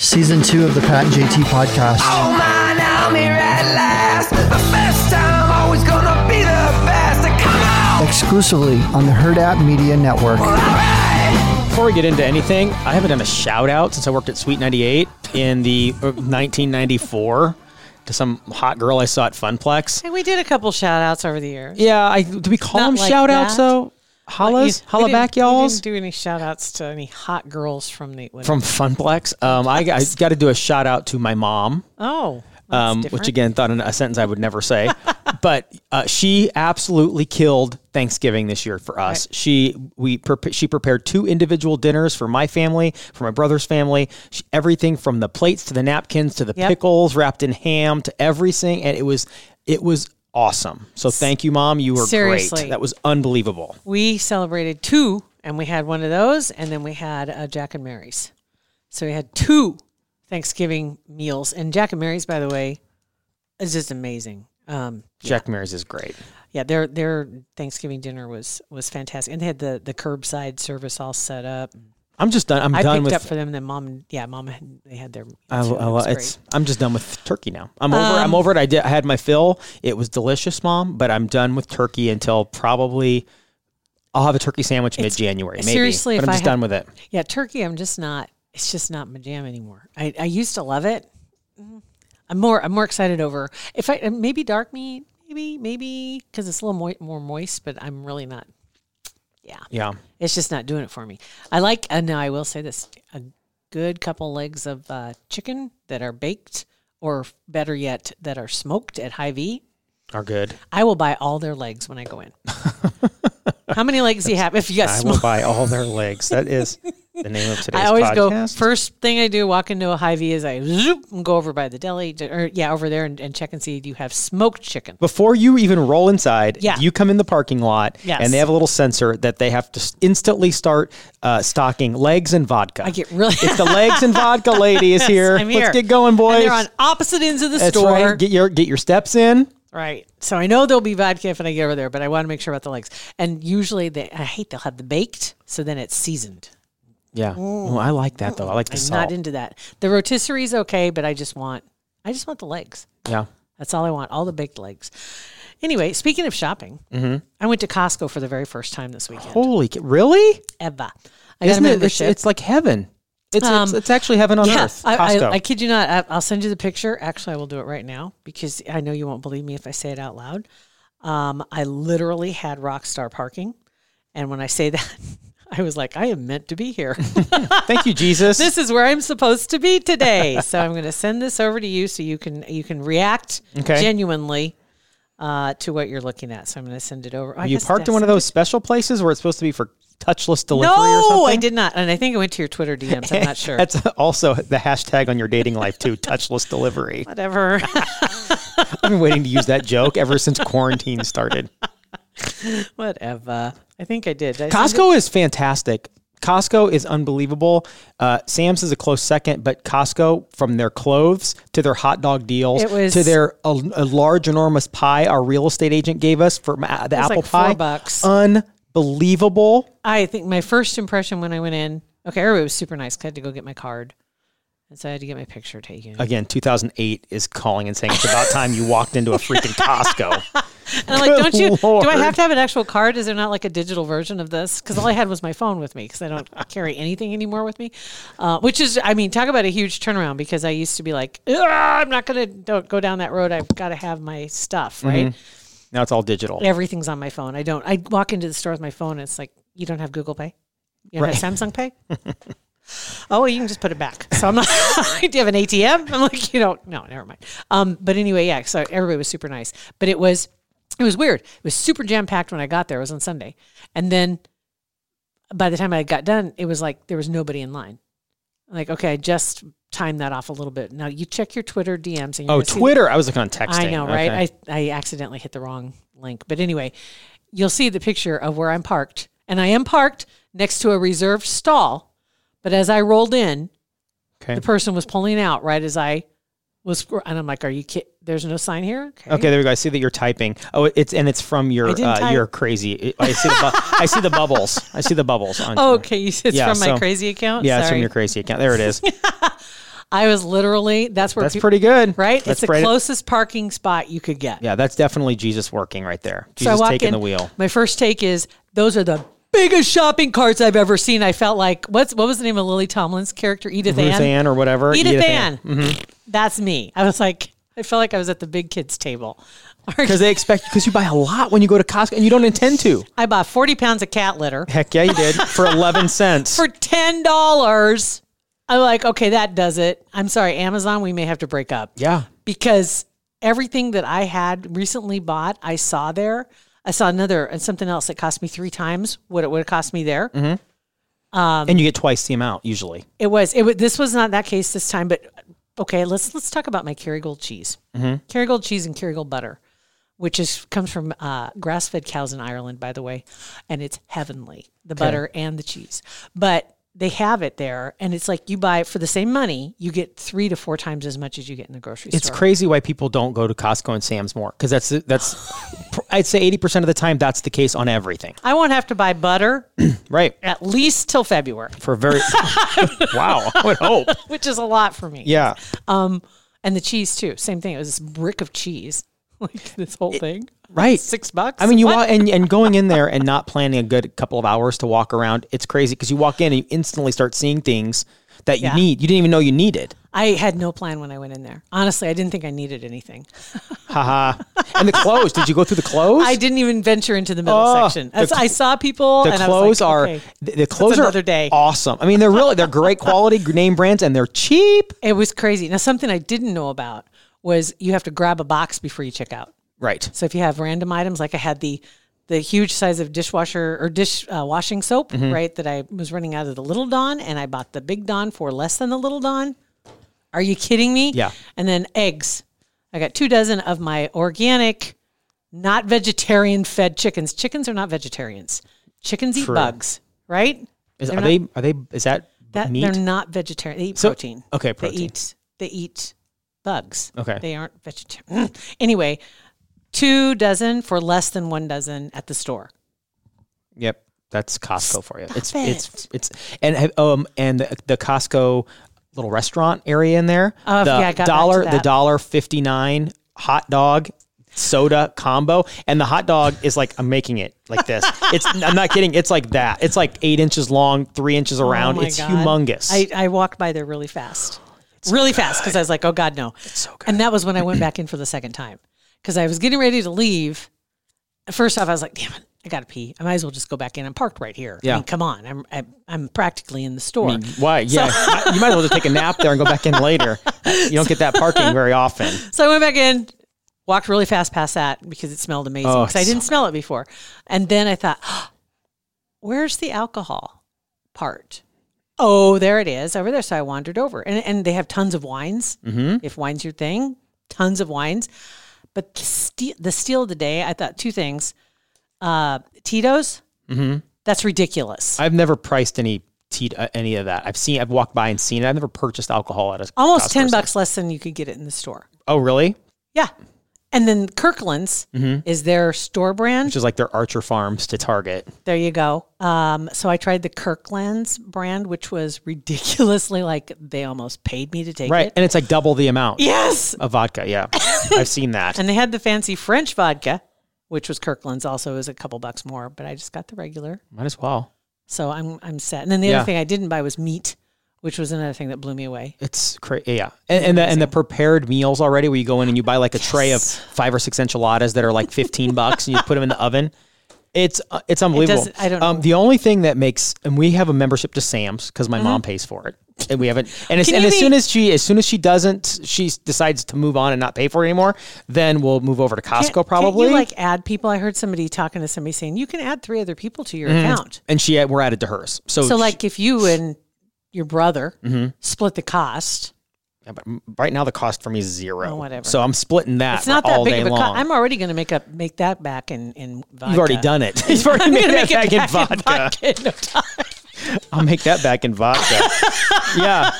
season two of the Pat and JT podcast. Oh man, I'm here at last. The best time, always gonna be the best. Come on, exclusively on the Herd App Media Network. alright. Before we get into anything, I haven't done a shout out since I worked at Sweet 98 in the uh, 1994 to some hot girl I saw at Funplex. Hey, we did a couple shout outs over the years. Yeah, I do we call Not them like shout outs that. though? Hollas, We holla didn't- back, We y'alls didn't do any shout outs to any hot girls from the Winter. from Funplex. Um, I, I got to do a shout out to my mom. oh, that's um, different. which again thought in a sentence I would never say, but uh, she absolutely killed Thanksgiving this year for us. She we prep she prepared two individual dinners for my family, for my brother's family, she, everything from the plates to the napkins to the Yep. pickles wrapped in ham to everything, and it was it was awesome. So thank you, mom. You were Seriously. great. That was unbelievable. we celebrated two, and we had one of those, and then we had uh, Jack and Mary's. So we had two Thanksgiving meals, and Jack and Mary's, by the way, is just amazing. Um, Jack Mary's is great. yeah, their their Thanksgiving dinner was was fantastic, and they had the the curbside service all set up. I'm just done. I'm I done picked with. up for them. Then mom, yeah, mom, had, they had their. I, so I, it was I- great. Um, it's, I'm just done with turkey now. I'm over. I'm over it. I did. I had my fill. It was delicious, mom. But I'm done with turkey until probably I'll have a turkey sandwich mid January. Maybe. seriously, but if I'm I just had- done with it. Yeah, turkey. I'm just not. It's just not my jam anymore. I, I used to love it. Mm. I'm more. I'm more excited over if I and maybe dark meat. Maybe maybe because it's a little mo- more moist. But I'm really not. Yeah, Yeah. it's just not doing it for me. I like. Uh, now I will say this: a good couple legs of uh, chicken that are baked, or better yet, that are smoked at High V. Are good. I will buy all their legs when I go in. How many legs do you have? If you got I smoked will buy all their legs. That is the name of today's I always go podcast. first thing I do walk into a high V is I zoop and go over by the deli to- or yeah over there and, and check and see do you have smoked chicken. Before you even roll inside, Yeah. you come in the parking lot, Yes. and they have a little sensor that they have to s- instantly start uh, stocking legs and vodka. I get really if the legs and vodka lady is here, I'm let's here. get going, boys. And they're on opposite ends of the That's store. right. Get your get your steps in. Right. So I know there'll be vodka if I get over there, but I want to make sure about the legs. And usually they I hate they'll have the baked, so then it's seasoned. Yeah. Oh, I like that though. I like the I'm salt. not into that. The rotisserie is okay, but I just want I just want the legs. yeah. That's all I want. All the baked legs. Anyway, speaking of shopping, Mm-hmm. I went to Costco for the very first time this weekend. Holy, ca- really? ever. I got a Isn't it? It's, membership. it's like heaven. It's, it's Um, it's actually heaven on yeah, earth. I, Costco. I, I kid you not. I, I'll send you the picture. Actually, I will do it right now because I know you won't believe me if I say it out loud. Um, I literally had Rockstar parking, and when I say that, I was like, I am meant to be here. Thank you, Jesus. this is where I'm supposed to be today. so I'm going to send this over to you so you can you can react Okay. genuinely uh, to what you're looking at. So I'm going to send it over. I you guess parked in that's- one of those special places where it's supposed to be for touchless delivery or something. No, I did not, and I think I went to your Twitter DMs. I'm not sure. That's also the hashtag on your dating life too. touchless delivery. Whatever. I've been waiting to use that joke ever since quarantine started. Whatever. I think I did. Did I send it? Costco is fantastic. Costco is unbelievable. Uh, Sam's is a close second, but Costco, from their cloves to their hot dog deals It was- to their a, a large, enormous pie our real estate agent gave us for ma- the was apple like four pie. bucks. Unbelievable. I think my first impression when I went in, okay, everybody was super nice. 'cause I had to go get my card. And so I had to get my picture taken. Again, 2008 is calling and saying it's about time you walked into a freaking Costco. And I'm like, good don't you, do I Lord. have to have an actual card? Is there not like a digital version of this? Because all I had was my phone with me because I don't carry anything anymore with me. Uh, which is, I mean, talk about a huge turnaround because I used to be like, "Ugh, I'm not going to don't go down that road. I've got to have my stuff, Mm-hmm. right? Now it's all digital. Everything's on my phone. I don't, I walk into the store with my phone and it's like, you don't have Google Pay? You don't have Samsung Pay? oh, well, you can just put it back. So I'm not, do you have an ATM? I'm like, you don't, no, never mind. Um, but anyway, yeah, so everybody was super nice. But it was, it was weird. It was super jam packed when I got there. It was on Sunday. And then by the time I got done, it was like there was nobody in line. I'm like, okay, I just timed that off a little bit. Now you check your Twitter DMs and you're Oh, gonna see- Twitter. I was looking on texting. I know, Okay. right? I, I accidentally hit the wrong link. But anyway, you'll see the picture of where I'm parked. And I am parked next to a reserved stall. But as I rolled in, okay. the person was pulling out right as I was. And I'm like, are you kidding? There's no sign here? Okay, there we go. I see that you're typing. Oh, it's and it's from your I didn't uh, type. your crazy. I see the bu- I see the bubbles. I see the bubbles on. Oh, okay. You said it's Yeah, from my so- crazy account? yeah, Sorry. it's from your crazy account. There it is. I was literally that's where That's peop- pretty good. right. That's it's the right- closest parking spot you could get. Yeah, that's definitely Jesus working right there. So I Jesus walk taking in. the wheel. My first take is those are the biggest shopping carts I've ever seen. I felt like what's what was the name of Lily Tomlin's character? Edith Ruth Ann. Ann Mm-hmm. or whatever. Edith, Ann. That's me. I was like, I felt like I was at the big kids table. Because they expect because you buy a lot when you go to Costco and you don't intend to. I bought forty pounds of cat litter Heck yeah, you did for eleven cents. for ten dollars. I'm like, okay, that does it. I'm sorry, Amazon. We may have to break up. yeah, because everything that I had recently bought, I saw there. I saw another and something else that cost me three times what it would have cost me there. Um, and you get twice the amount usually. It was it was this was not that case this time, but okay, let's let's talk about my Kerrygold cheese, Mm-hmm. Kerrygold cheese and Kerrygold butter, which is comes from uh, grass fed cows in Ireland, by the way, and it's heavenly the butter and the cheese, but. They have it there, and it's like you buy it for the same money, you get three to four times as much as you get in the grocery It's store. crazy why people don't go to Costco and Sam's more because that's that's I'd say eighty percent of the time that's the case on everything. I won't have to buy butter Right at least till February, for very wow. I would hope. which is a lot for me. Yeah, And the cheese too. Same thing. It was this brick of cheese. Like this whole thing. right. Six bucks. I mean, you walk What? and, and going in there and not planning a good couple of hours to walk around. It's crazy because you walk in and you instantly start seeing things that you Yeah. need. You didn't even know you needed. I had no plan when I went in there. Honestly, I didn't think I needed anything. Haha. and the clothes. Did you go through the clothes? I didn't even venture into the middle Oh, section. the As cl- I saw people The and I was clothes like, are okay. the, the clothes are another day. awesome. I mean, they're really they're great quality name brands and they're cheap. It was crazy. Now something I didn't know about was you have to grab a box before you check out. Right. So if you have random items, like I had the the huge size of dishwasher or dish uh, washing soap, Mm-hmm. right? That I was running out of the Little Don, and I bought the Big Don for less than the Little Don. Are you kidding me? Yeah. And then eggs. I got two dozen of my organic, not vegetarian fed chickens. Chickens are not vegetarians. Chickens eat True. bugs, right? Is, are They're they are they is that, That meat? they're not vegetarian. They eat So- protein. okay, They protein. eat they eat bugs. Okay. They aren't vegetarian. Mm. anyway, two dozen for less than one dozen at the store. Yep, that's Costco for you. It's it. it's it's and have- um and the, the Costco little restaurant area in there. Oh, the yeah, I got back to dollar the that. dollar fifty nine hot dog soda combo and the hot dog is like I'm making it like this. It's I'm not kidding. It's like that. It's like eight inches long, three inches around. Oh my it's God. humongous. I, I walked by there really fast. really fast because I was like, oh God, no. And that was when I went back in for the second time because I was getting ready to leave. First off, I was like, damn it. I gotta pee. I might as well just go back in. I'm parked right here. I Yeah. mean, come on. I'm I'm, I'm practically in the store. Why? Yeah, you might as well just take a nap there and go back in later. You don't get that parking very often. So I went back in, walked really fast past that because it smelled amazing. Oh, Because I it's didn't smell it before. And then I thought, where's the alcohol part? Oh, there it is over there. So I wandered over. And, and they have tons of wines. Mm-hmm. If wine's your thing, tons of wines. But the, ste- the steal of the day, I thought two things uh, Tito's, Mm-hmm. that's ridiculous. I've never priced any tea, uh, any of that. I've seen, I've walked by and seen it. I've never purchased alcohol at a Almost Costco 10 or bucks less than you could get it in the store. something. Oh, really? Yeah. And then Kirkland's Mm-hmm. is their store brand. Which is like their Archer Farms to Target. There you go. Um, so I tried the Kirkland's brand, which was ridiculously like they almost paid me to take Right. it. And it's like double the amount Yes. of vodka. Yeah. I've seen that. And they had the fancy French vodka, which was Kirkland's also it was a couple bucks more, but I just got the regular. Might as well. So I'm I'm set. And then the Yeah. other thing I didn't buy was meat, which was another thing that blew me away. It's crazy. Yeah. And, and, the, and the prepared meals already where you go in and you buy like a tray of five or six enchiladas that are like 15 bucks and you put them in the oven. It's uh, it's unbelievable. doesn't- I don't know. Um, the only thing that makes and we have a membership to Sam's because my mom pays for it, and we haven't. And, as, Mm-hmm. Can and you as be- soon as she as soon as she doesn't, she decides to move on and not pay for it anymore. Then we'll move over to Costco Can't- can't probably. you like add people. I heard somebody talking to somebody saying you can add three other people to your Mm-hmm. account. and she we're added to hers. So So she- like if you and your brother Mm-hmm. split the cost. Yeah, but m- right now the cost for me is zero. Oh, whatever. So I'm splitting that. It's not all that day big of a long. cut. I'm already going to make up, make that back in in vodka. You've already done it. You've already I'm made going to that back make it in back vodka. in no time, I'll make that back in vodka. yeah.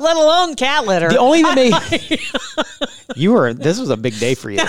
let alone cat litter. The only that may You were this was a big day for you.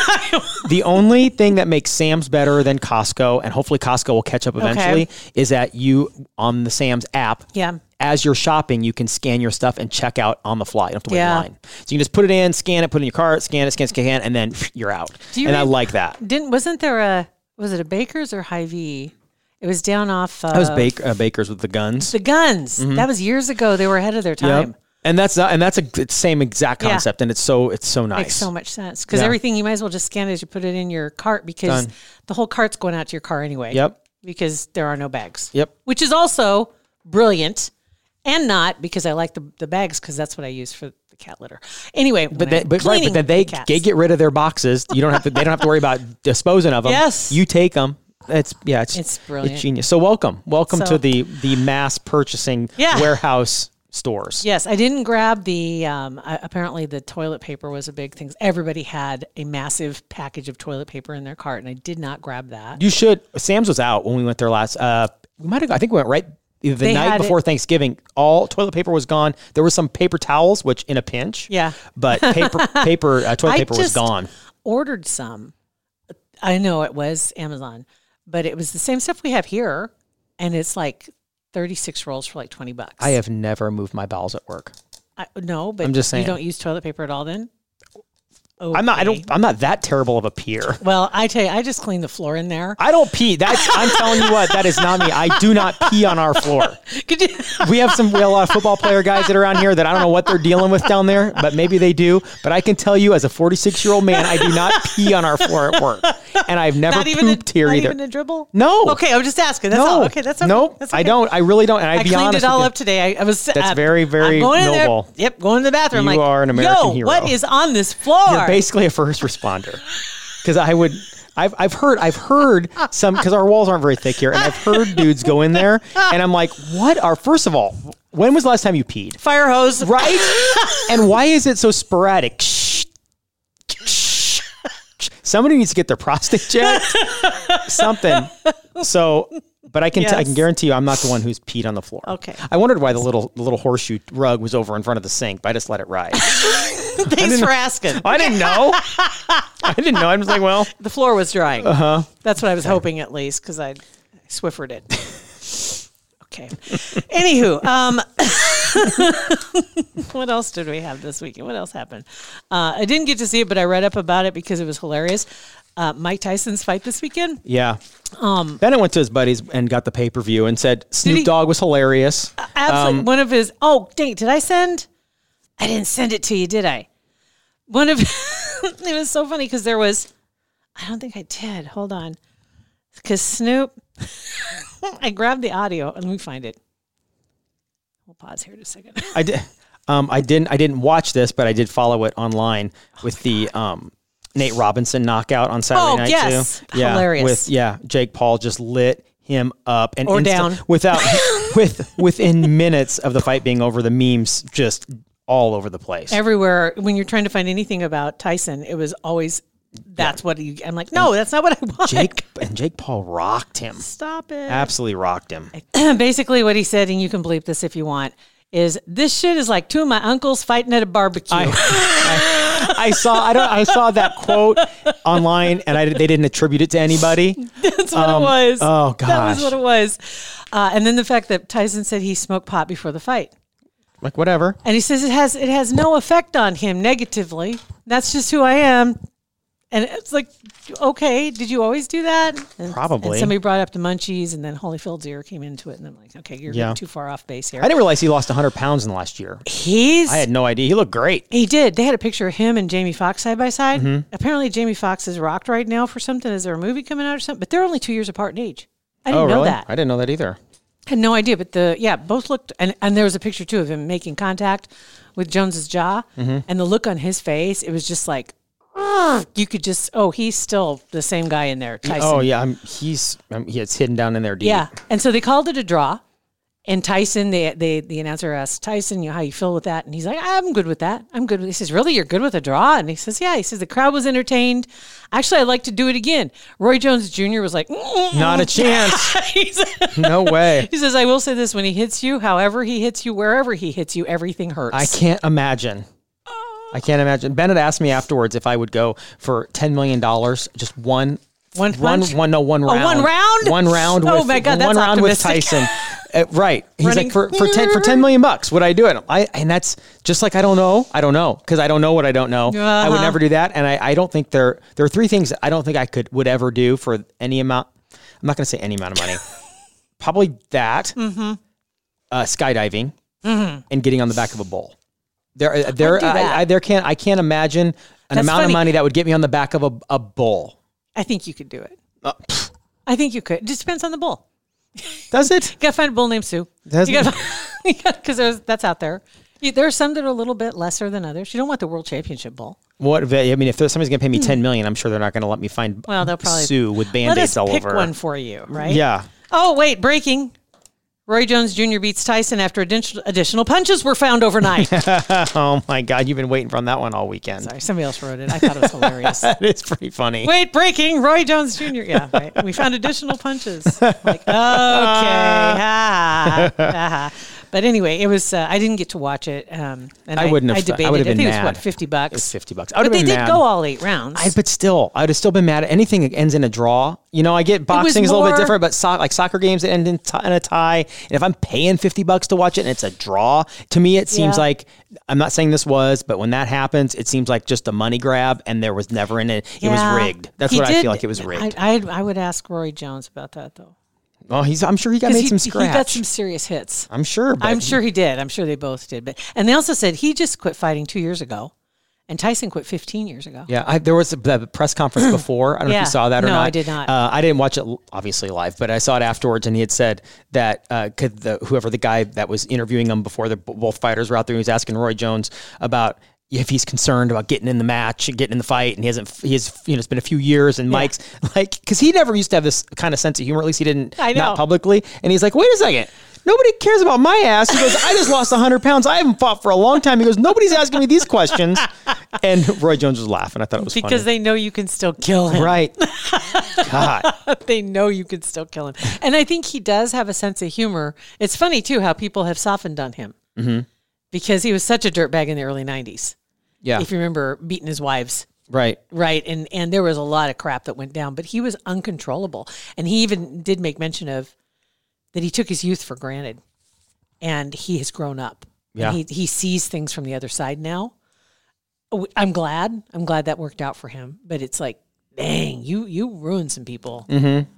the only thing that makes Sam's better than Costco, and hopefully Costco will catch up eventually, is that you on the Sam's app. Yeah. As you're shopping, you can scan your stuff and check out on the fly. You don't have to wait Yeah. in line. So you can just put it in, scan it, put it in your cart, scan it, scan, scan, scan, and then you're out. you and I read- like that. Didn't wasn't there a was it a Baker's or Hy-Vee? It was down off. Uh, That was bake, uh, Baker's with the guns. the guns. That was years ago. They were ahead of their Yep. time. And that's not, and that's a it's same exact Yeah. concept, and it's so it's so nice. Makes so much sense because Yeah. everything you might as well just scan it as you put it in your cart because Done. the whole cart's going out to your car anyway. Yep. Because there are no bags. Yep. Which is also brilliant, and not because I like the, the bags because that's what I use for the cat litter. Anyway, But then, but, right, but then they they get rid of their boxes. You don't have to. They don't have to worry about disposing of them. Yes. you take them. It's yeah. It's It's brilliant. genius. So welcome, welcome So- to the the mass purchasing Yeah. warehouse stores. Yes, I didn't grab the. Um, I, apparently, the toilet paper was a big thing. Everybody had a massive package of toilet paper in their cart, and I did not grab that. You should. Sam's was out when we went there last. Uh, we might have. I think we went right either the They night had it- before Thanksgiving. All toilet paper was gone. There were some paper towels, which in a pinch. Yeah. But paper paper uh, toilet I paper was just gone. Ordered some. I know it was Amazon, but it was the same stuff we have here, and it's like thirty-six rolls for like twenty bucks. I have never moved my bowels at work. I, no, but I'm just saying. you don't use toilet paper at all. Then I'm not. I Okay. don't. I'm not that terrible of a peer. Well, I tell you, I just cleaned the floor in there. I don't pee. That's I'm telling you what, that is not me. I do not pee on our floor. Could you- We have some we have a lot of football player guys that are around here that I don't know what they're dealing with down there, but maybe they do. But I can tell you as a 46 year old man, I do not pee on our floor at work, and I've never not even a, pooped here not either. even a dribble. No. Okay, I'm just asking. That's no. all. Okay, that's okay. nope. That's I okay. don't. I really don't. And I'd I be cleaned honest. it all with you. up today. I, I was That's uh, very, very I'm going in there- noble. yep, going to the bathroom. You like, are an American Yo, hero." What is on this floor? You're basically a first responder. Because I would, I've, I've heard, I've heard some, because our walls aren't very thick here, and I've heard dudes go in there, and I'm like, what are, first of all, when was the last time you peed? Fire hose. Right? and why is it so sporadic? Shh. Shh. Somebody needs to get their prostate checked. Something. So, but I can t- I can Yes. guarantee you, I'm not the one who's peed on the floor. Okay. I wondered why the little the little horseshoe rug was over in front of the sink, but I just let it ride. Thanks for asking. I didn't know. I didn't know. I'm just like, well, The floor was drying. Uh huh. That's what I was hoping at least because I swiffered it. okay. Anywho, um, what else did we have this weekend? What else happened? Uh, I didn't get to see it, but I read up about it because it was hilarious. Uh, Mike Tyson's fight this weekend. yeah. Um, Bennett went to his buddies and got the pay per view and said he- Snoop Dogg was hilarious. Absolutely. one of his. Oh, dang! Did I send? I didn't send it to you, did I? One of. it was so funny because there was. I don't think I did. Hold on, because Snoop. I grabbed the audio. Let me find it. We'll pause here just a second. I did. Um, I didn't. I didn't watch this, but I did follow it online with the um, Nate Robinson knockout on Saturday Oh, night yes. too. Yeah, Hilarious. With yeah, Jake Paul just lit him up and Or down. without with within minutes of the fight being over. The memes just all over the place. Everywhere when you're trying to find anything about Tyson, it was always. That's what you. I'm like, no, that's not what I want. Jake and Jake Paul rocked him. stop it. Absolutely rocked him. Basically, what he said, and you can bleep this if you want, is this shit is like two of my uncles fighting at a barbecue. I, I saw I don't I saw that quote online and I they didn't attribute it to anybody. That's what Um, it was. oh, that was gosh. what it was. Uh, and then the fact that Tyson said he smoked pot before the fight, Like whatever. and he says it has it has no effect on him negatively. That's just who I am. And it's like, okay, did you always do that? And- and Probably. somebody brought up the munchies, and then Holyfield's ear came into it, and I'm like, okay, you're Yeah. too far off base here. I didn't realize he lost 100 pounds in the last year. He's I had no idea. He looked great. He did. They had a picture of him and Jamie Foxx side by side. Mm-hmm. Apparently, Jamie Foxx is rocked right now for something. Is there a movie coming out or something? But they're only two years apart in age. I didn't oh, know really? that. I didn't know that either. had no idea. But the yeah, both looked and and there was a picture too of him making contact with Jones's jaw, Mm-hmm. and the look on his face. It was just like "Ugh." you could just oh he's still the same guy in there. Tyson. Oh yeah, I'm, he's um yeah, it's hidden down in there deep. Yeah, and so they called it a draw. And Tyson, they, they the announcer asked Tyson, you know, how you feel with that, and he's like, I'm good with that. I'm good. With, he says, really, you're good with a draw, and he says, yeah. He says the crowd was entertained. Actually, I'd like to do it again. Roy Jones Jr. was like, "Mm-mm-mm." Not a chance. He's- No way. he says, I will say this: when he hits you, however he hits you, wherever he hits you, everything hurts. I can't imagine. I can't imagine. Bennett asked me afterwards if I would go for ten million dollars, just one, One one, punch? one, no, one Oh, round, one round? one round. Oh with- my God, that's one round with optimistic. Tyson. Uh, right, he's Running- like for for ten for ten million bucks. Would I do it? I and that's just like I don't know. I don't know because I don't know what I don't know. I would Uh-huh. never do that, and I, I don't think there there are three things that I don't think I could would ever do for any amount. I'm not going to say any amount of money. Probably that, uh, skydiving, and getting on the back of a bull. There, uh, there, Mm-hmm. do that. I, I, there can't. I can't imagine an That's amount funny. of money that would get me on the back of a, a bull. I think you could do it. Uh, I think you could. It just depends on the bull. Does it? You gotta find a bull named Sue. That's- Because that's out there. You- There are some that are a little bit lesser than others. You don't want the world championship bull. What? if- I mean, if there's somebody's going to pay me ten million, I'm sure they're not going to let me find Hmm. Well, they'll probably Sue with Let us band-aids all pick over. one for you, right? Yeah. Oh wait, breaking. Roy Jones Jr. beats Tyson after addition- additional punches were found overnight. Oh my God, you've been waiting for that one all weekend. Sorry, somebody else wrote it. I thought it was hilarious. It's pretty funny. Wait, breaking. Roy Jones Jr. Yeah, right. We found additional punches. Like, okay. ah, ah. But anyway, it was. Uh, I didn't get to watch it. Um, and I wouldn't have- I I debated. would have it. I been think it was mad. what fifty bucks. was 50 bucks. I would have But they been did mad. go all eight rounds. I, but still, I would have still been mad at anything that ends in a draw. You know, I get boxing is a little bit more- different, but so, like soccer games that end in, ti- in a tie. And if I'm paying 50 bucks to watch it and it's a draw, to me, it seems Yeah. like I'm not saying this was, but when that happens, it seems like just a money grab and there was never in it. It Yeah. was rigged. That's He what I did- feel like it was rigged. I, I, I would ask Roy Jones about that though. well, he's, I'm sure he got 'Cause made he, some he got scratch. some serious hits. I'm sure. But I'm sure he did. I'm sure they both did. But and they also said he just quit fighting two years ago, and Tyson quit 15 years ago. Yeah, I, there was a, the press conference before. I don't know Yeah. if you saw that or No, not. I did not. Uh, I didn't watch it l- obviously live, but I saw it afterwards, and he had said that uh, could the whoever the guy that was interviewing him before the b- both fighters were out there, he was asking Roy Jones about if he's concerned about getting in the match, and getting in the fight, and he hasn't. f- He has, you know, it's been a few years, and Mike's like, because he never used to have this kind of sense of humor. At least he didn't. I know. Not publicly, and he's like, wait a second. Nobody cares about my ass. He goes, I just lost 100 pounds. I haven't fought for a long time. He goes, nobody's asking me these questions. And Roy Jones was laughing. I thought it was funny. Because they know you can still kill him. right. God. They know you can still kill him. And I think he does have a sense of humor. It's funny, too, how people have softened on him Mm-hmm. because he was such a dirtbag in the early 90s. Yeah. If you remember beating his wives Right. Right. And and there was a lot of crap that went down, but he was uncontrollable. And he even did make mention of that he took his youth for granted. And he has grown up. Yeah. And he he sees things from the other side now. Oh, I'm glad. I'm glad that worked out for him. But it's like, dang, you you ruined some people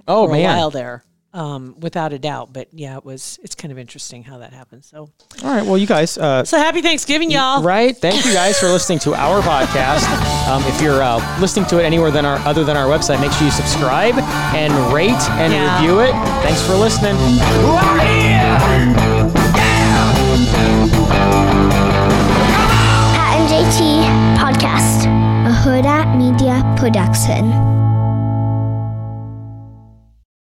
Oh, for a man. while there. Um, without a doubt. But yeah, it was it's kind of interesting how that happened. So All right. Well, you guys, uh, so happy Thanksgiving, y'all. right. Thank you guys for listening to our podcast. Um, if you're uh, listening to it anywhere than our other than our website, make sure you subscribe and rate and Yeah. review it. Thanks for listening. Pat and JT Podcast, a Huda Media Production.